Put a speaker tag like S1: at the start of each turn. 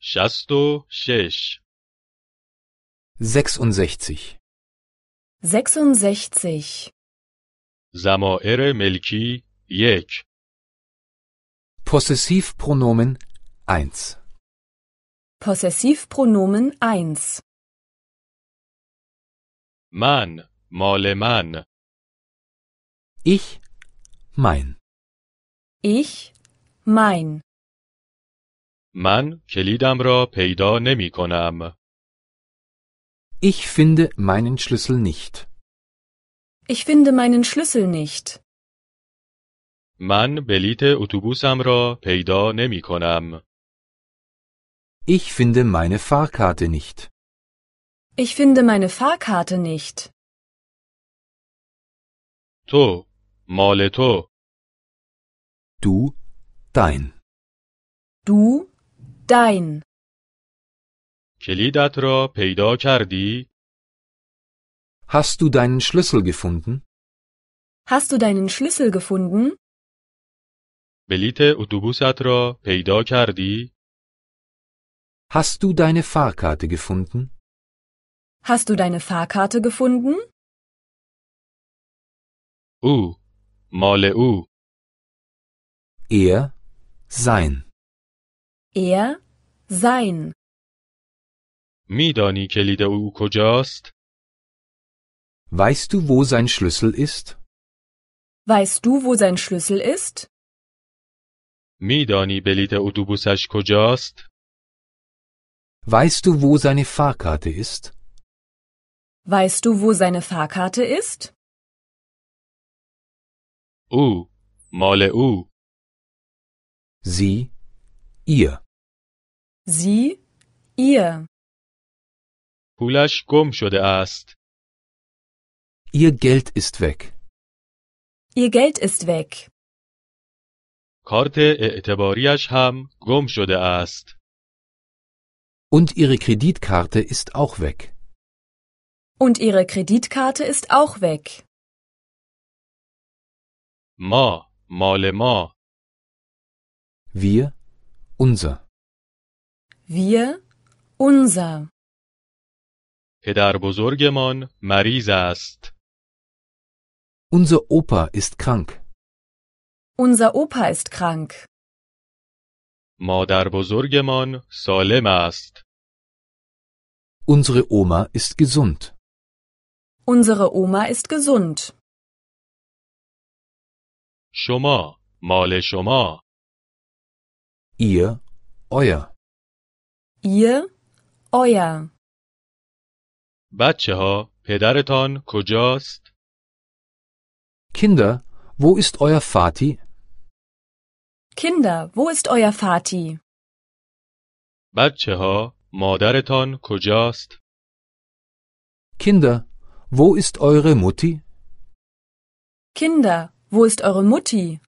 S1: شست و شش
S2: 66.
S3: 66.
S1: زمائر ملکی یک
S2: Possessivpronomen 1.
S3: Possessivpronomen 1.
S1: من مال من
S2: Ich, mein.
S3: Ich, mein.
S1: من کلیدم را پیدا نمی کنم.
S2: Ich finde meinen Schlüssel nicht.
S3: Ich finde meinen Schlüssel nicht.
S1: من بلیت اتوبوسم را پیدا نمی کنم.
S2: Ich finde meine Fahrkarte nicht.
S3: Ich finde meine Fahrkarte nicht.
S1: تو مال تو
S2: Du, dein.
S3: Du, dein.
S1: کلیدت را پیدا کردی؟
S2: Hast du deinen Schlüssel gefunden?
S3: Hast du deinen Schlüssel gefunden?
S1: بلیت اتوبوست را پیدا کردی؟
S2: Hast du deine Fahrkarte gefunden?
S3: Hast du deine Fahrkarte gefunden?
S1: او مال او
S2: Er, sein.
S3: Er, sein.
S1: میدانی کلید او کجاست؟
S2: Weißt du, wo sein Schlüssel ist?
S3: Weißt du, wo sein Schlüssel ist?
S1: میدانی بلیت اتوبوسش کجاست؟
S2: Weißt du, wo seine Fahrkarte ist?
S3: Weißt du, wo seine Fahrkarte ist?
S1: او مال او
S2: Sie, ihr.
S3: Sie, ihr.
S1: پولش گم شده است.
S2: Ihr Geld ist weg.
S3: Ihr Geld ist weg.
S1: کارت اعتباریش هم گم شده است.
S2: Und ihre Kreditkarte ist auch weg.
S3: Und ihre Kreditkarte ist auch weg.
S1: ما مال ما
S2: Wir, unser.
S3: Wir, unser.
S1: پدر بزرگمان مریض است.
S2: Unser Opa ist krank.
S3: Unser Opa ist krank.
S1: مادر بزرگمان سالم است.
S2: Unsere Oma ist gesund.
S3: Unsere Oma ist gesund.
S1: شما مال شما
S2: Ihr, euer.
S3: Ihr, euer.
S1: بچه ها پدرتان کجاست؟
S2: Kinder, wo ist euer Vati?
S3: Kinder, wo ist euer Vati?
S1: بچه ها مادرتان کجاست؟
S2: Kinder, wo ist eure Mutti?
S3: Kinder, wo ist eure Mutti?